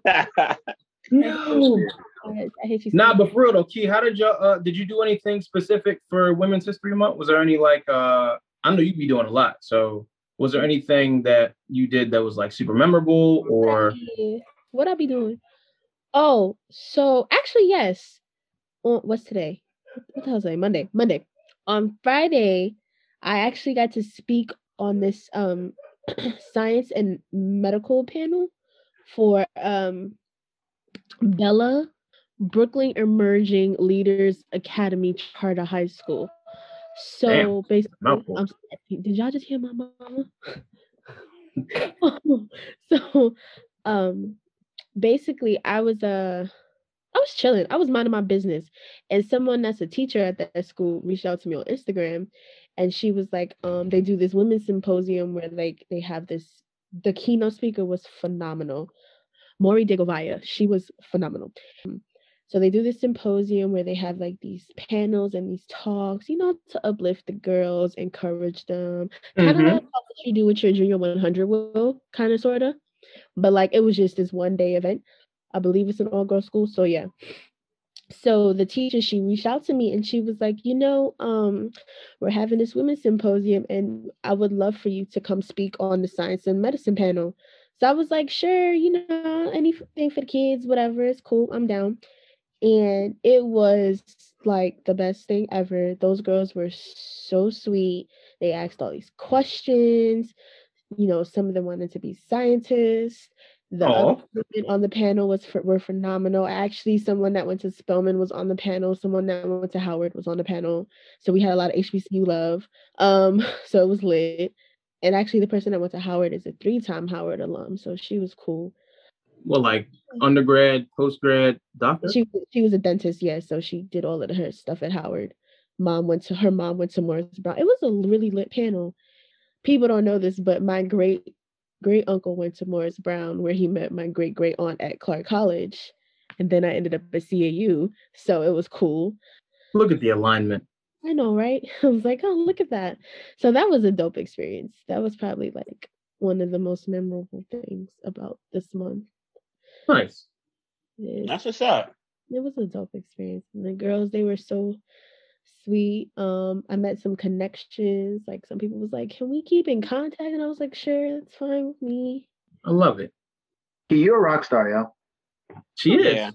S2: No. I, I hate you. so
S3: Nah,
S2: much.
S3: but for real though, Key, how did you uh, did you do anything specific for Women's History Month? Was there any like uh I know you'd be doing a lot, so was there anything that you did that was like super memorable or
S2: Yeah. what I be doing? Oh, so actually, yes. On what's today? What the hell's today? Monday. Monday. On Friday, I actually got to speak on this um *clears throat* science and medical panel for um Bella Brooklyn Emerging Leaders Academy Charter High School. So
S3: Damn,
S2: basically,
S3: mouthful.
S2: I'm, did y'all just hear my mama? *laughs* so um basically i was uh i was chilling i was minding my business and someone that's a teacher at that school reached out to me on instagram and she was like um they do this women's symposium where like they have this the keynote speaker was phenomenal maury degovaya she was phenomenal Um, so they do this symposium where they have like these panels and these talks you know to uplift the girls encourage them
S5: Mm-hmm.
S2: kind of
S3: Mhm.
S2: like how what you do with your junior 100 will kind of sort of but like it was just this one day event i believe it's an all-girl school so yeah so the teacher she reached out to me and she was like you know um we're having this women's symposium and i would love for you to come speak on the science and medicine panel so i was like sure you know anything for the kids whatever it's cool i'm down and it was like the best thing ever those girls were so sweet they asked all these questions you know some of them wanted to be scientists the other
S3: Aw.
S2: women on the panel was ph- were phenomenal actually someone that went to spelman was on the panel someone that went to howard was on the panel so we had a lot of hbcu love um *laughs* so it was lit and actually the person that went to howard is a three-time howard alum so she was cool
S3: well like undergrad, post grad, doctor?
S2: she she was a dentist, yeah. So she did all of her stuff at Howard. Mom went to her mom went to Morris Brown. It was a really lit panel. People don't know this, but my great great uncle went to Morris Brown, where he met my great great aunt at Clark College. and then I ended up at CAU, so it was cool.
S3: Look at the alignment.
S2: I know, right? *laughs* I was like, oh, look at that. So that was a dope experience. That was probably like one of the most memorable things about this month.
S3: Nice.
S2: It,
S5: That's what's up.
S2: it was a dope experience. And the girls, they were so sweet. Um, I met some connections. Like some people was like, "Can we keep in contact?" And I was like, "Sure, that's fine with me."
S3: I love it.
S4: Hey, You're a rock star, yo.
S3: She is.
S5: Yeah.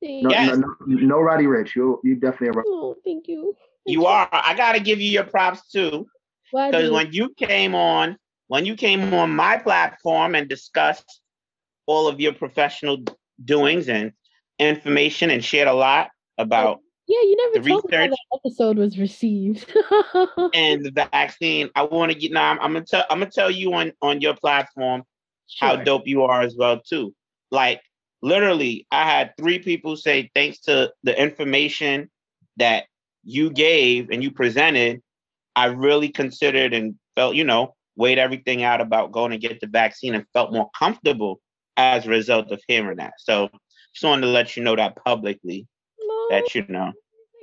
S4: No,
S5: Yes.
S4: no, no, no Roddy Rich. You you definitely a rock.
S2: Oh, thank you.
S5: You are. I gotta give you your props too.
S2: Why
S5: Because
S2: do-
S5: when you came on, when you came on my platform and discussed all of your professional doings and information and shared a lot about
S2: yeah, you never
S5: the
S2: told me how
S5: research-
S2: that episode was received. *laughs*
S5: and the vaccine, I want to get now. I'm, I'm gonna tell. I'm gonna tell you on on your platform how
S2: Sure.
S5: dope you are as well too. Like literally, I had three people say thanks to the information that you gave and you presented. I really considered and felt, you know, weighed everything out about going to get the vaccine and felt more comfortable as a result of hearing that. So just wanted to let you know that publicly
S2: No,
S5: that you know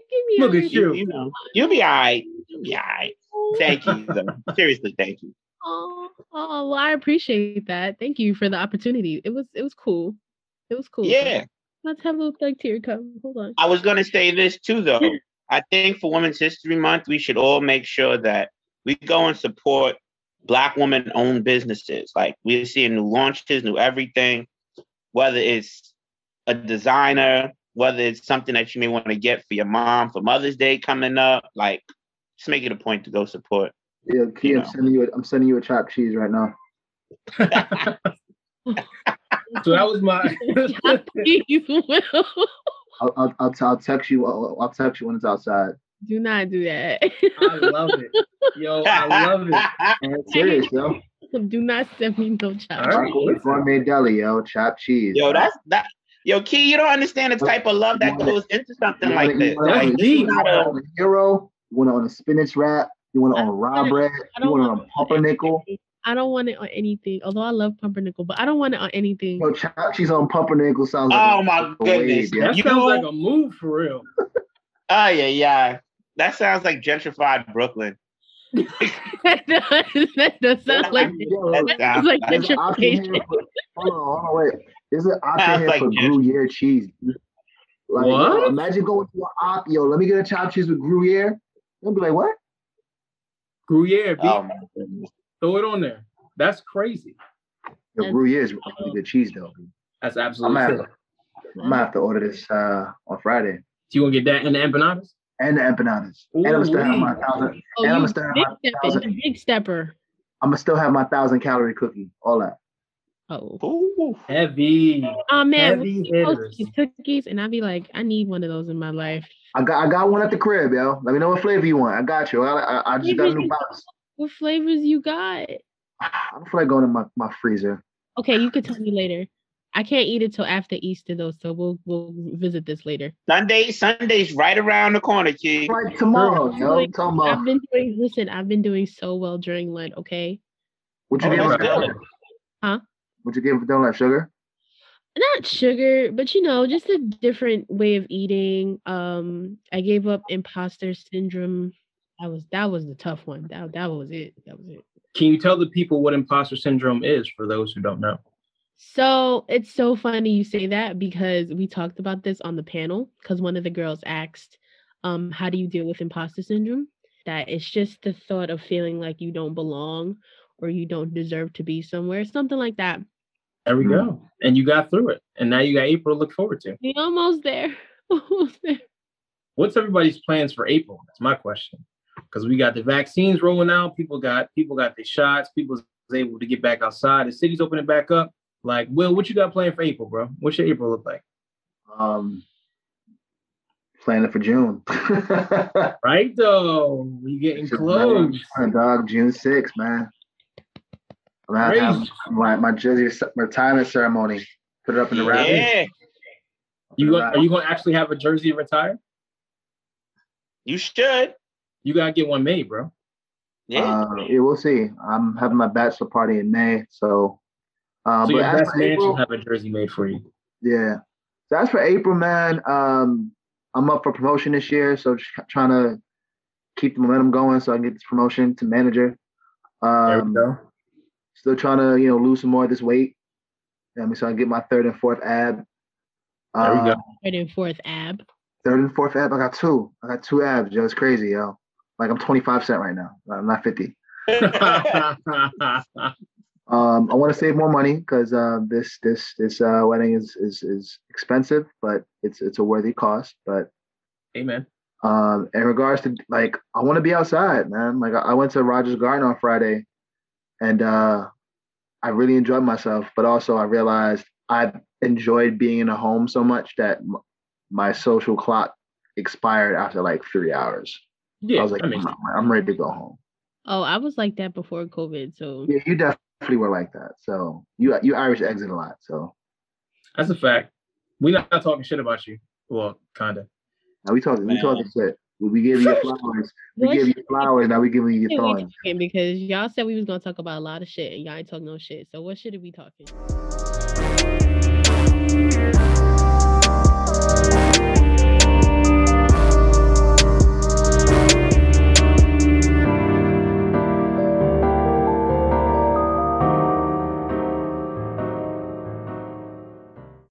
S2: give me
S3: Look
S2: a
S3: at
S2: reason.
S5: you, you know you'll be all right. You'll be all right.
S2: Oh,
S5: Thank you though. Seriously, thank you.
S2: oh, well, I appreciate that. Thank you for the opportunity. It was it was cool. It was cool.
S5: Yeah.
S2: Let's have a little thug tear come. Hold on.
S5: I was going to say this too, though. I think for Women's History Month, we should all make sure that we go and support Black woman owned businesses. Like we're seeing new launches, new everything, whether it's a designer, whether it's something that you may want to get for your mom for Mother's Day coming up. Like, just make it a point to go support.
S4: Yeah, Key,
S5: You
S4: I'm
S5: know.
S4: sending you. A, I'm sending you a chopped cheese right now.
S3: So that was my.
S2: I
S3: *laughs*
S2: *laughs* please will.
S4: I'll I'll, I'll, t- I'll text you. I'll, I'll text you when it's outside.
S2: Do not do that.
S3: I love it. Yo, I love it.
S4: And it's serious, yo.
S2: *laughs* do not send me no child.
S3: All right.
S4: Chocolate Gourmet Deli, yo. Chopped cheese.
S5: *laughs* Yo, that's that. Yo, Key, you don't understand the type of love that goes into something
S4: You
S5: like
S4: wanna-
S5: this.
S4: you wanna
S3: That's
S4: own a-
S3: deep.
S4: You want to own a hero. You want to own a spinach wrap. You want to own raw
S2: wanna-
S4: bread.
S2: I
S4: You
S2: don't
S4: want to
S2: want
S4: own pumpernickel.
S2: I don't want it on anything. Although I love pumpernickel, but I don't want it on anything.
S4: Yo, chopped cheese on pumpernickel sounds.
S5: Oh
S4: like
S5: my
S4: a wave,
S5: goodness.
S4: yo.
S3: That
S5: You-
S3: sounds like a move for real.
S5: Oh yeah, yeah. That sounds like gentrified Brooklyn.
S2: *laughs* that does, that does sound like
S4: Yo,
S5: That sounds
S2: like
S4: there's an option here.
S2: gentrification.
S4: For, hold on, hold on, wait. There's an option
S5: Sounds
S4: here
S5: like
S4: for
S5: gentrification.
S4: Gruyere cheese. dude. Like, yo,
S3: What?
S4: imagine going to an op, yo. Let me get a chopped cheese with Gruyere. They'll be like, what?
S3: Gruyere, B.
S5: Oh my goodness.
S3: Throw it on there. That's crazy.
S4: Yo,
S2: That's-
S4: Gruyere is really good cheese though.
S3: That's
S4: I
S3: absolutely.
S4: might have
S3: true.
S4: to, I might have to order this uh, on Friday.
S3: Do you want to get that in the empanadas?
S4: And the empanadas. and I'm still have my
S3: Ooh-wee.
S4: thousand.
S2: Oh,
S4: And I'm
S2: you
S4: a star.
S2: big
S4: Thousand.
S2: stepper. You big stepper.
S4: I'm gonna still have my thousand calorie cookie. All that.
S2: Oh.
S5: Ooh.
S3: Heavy.
S2: Oh man,
S3: Heavy
S2: we post
S3: hitters.
S2: these cookies, and I'd be like, I need one of those in my life.
S4: I got I got one at the crib, yo. Let me know what flavor you want. I got you. I I, I just got a new box. *sighs*
S2: What flavors you got?
S4: I don't feel like going to my, my freezer.
S2: Okay, you could tell me later. I can't eat it till after Easter though, so we'll we'll visit this later.
S5: Sunday, Sunday's right around the corner, Key.
S4: Like tomorrow, yo. I'm talking
S2: I've
S4: about
S2: been doing listen, I've been doing so well during Lent, okay?
S4: what you
S5: Oh,
S4: gave
S5: that's
S4: for dinner?
S5: good.
S2: Huh?
S4: What you gave for dinner? Sugar?
S2: Not sugar, but you know, just a different way of eating. Um, I gave up imposter syndrome. That was that was the tough one. That that was it. That was it.
S3: Can you tell the people what imposter syndrome is for those who don't know?
S2: So it's so funny you say that because we talked about this on the panel because one of the girls asked, um, how do you deal with imposter syndrome? That it's just the thought of feeling like you don't belong or you don't deserve to be somewhere, something like that.
S3: There we go. Hmm. And you got through it. And now you got April to look forward to.
S2: We almost there. *laughs* Almost there.
S3: What's everybody's plans for April? That's my question. Because we got the vaccines rolling out. People got people got their shots. People was able to get back outside. The city's opening back up. Like, Will, what you got planned for April, bro? What's your April look like?
S4: Um planning for June. *laughs*
S3: Right though. We getting close.
S4: My dog, June 6th, man. I'm gonna have to have
S3: Crazy.
S4: my, my jersey ce- retirement ceremony. Put it up in the rafters.
S5: Yeah.
S3: You go, are you gonna actually have a jersey retire?
S5: You should.
S3: You gotta get one made, bro.
S5: Yeah.
S4: Uh, yeah, we'll see. I'm having my bachelor party in May, so. Uh,
S3: So
S4: but
S3: your
S4: as
S3: best
S4: for
S3: man
S4: April-
S3: should have a jersey made for you.
S4: yeah, So as for April, man, um, I'm up for promotion this year, so just trying to keep the momentum going so I can get this promotion to manager. Um,
S3: there we go.
S4: Still trying to you know lose some more of this weight. I mean, so I can get my third and fourth ab. Uh,
S3: There we go.
S2: Third and fourth ab.
S4: Third and fourth ab. I got two. I got two abs. Yo, it's crazy, yo. Like I'm 25 cent right now. I'm not 50.
S5: *laughs*
S4: *laughs* Um, I want to save more money because uh, this this this uh, wedding is, is is expensive, but it's it's a worthy cost. But
S3: Amen.
S4: um, in regards to like, I want to be outside, man. Like I, I went to Rogers Garden on Friday, and uh, I really enjoyed myself. But also, I realized I enjoyed being in a home so much that m- my social clock expired after like three hours.
S3: Yeah,
S4: I was like,
S3: I mean,
S4: "I'm- I'm ready to go home.
S2: Oh, I was like that before COVID. So
S4: Yeah, you definitely were like that. So you you Irish exit a lot. So
S3: that's a fact. We're not talking shit about you. Well, kinda.
S4: now we talking we talking shit. We, we give you flowers. We
S2: What
S4: give
S2: shit
S4: you flowers. Now we giving you
S2: we
S4: thorns.
S2: talking? because y'all said we was gonna talk about a lot of shit and y'all ain't talking no shit. So what should we be talking?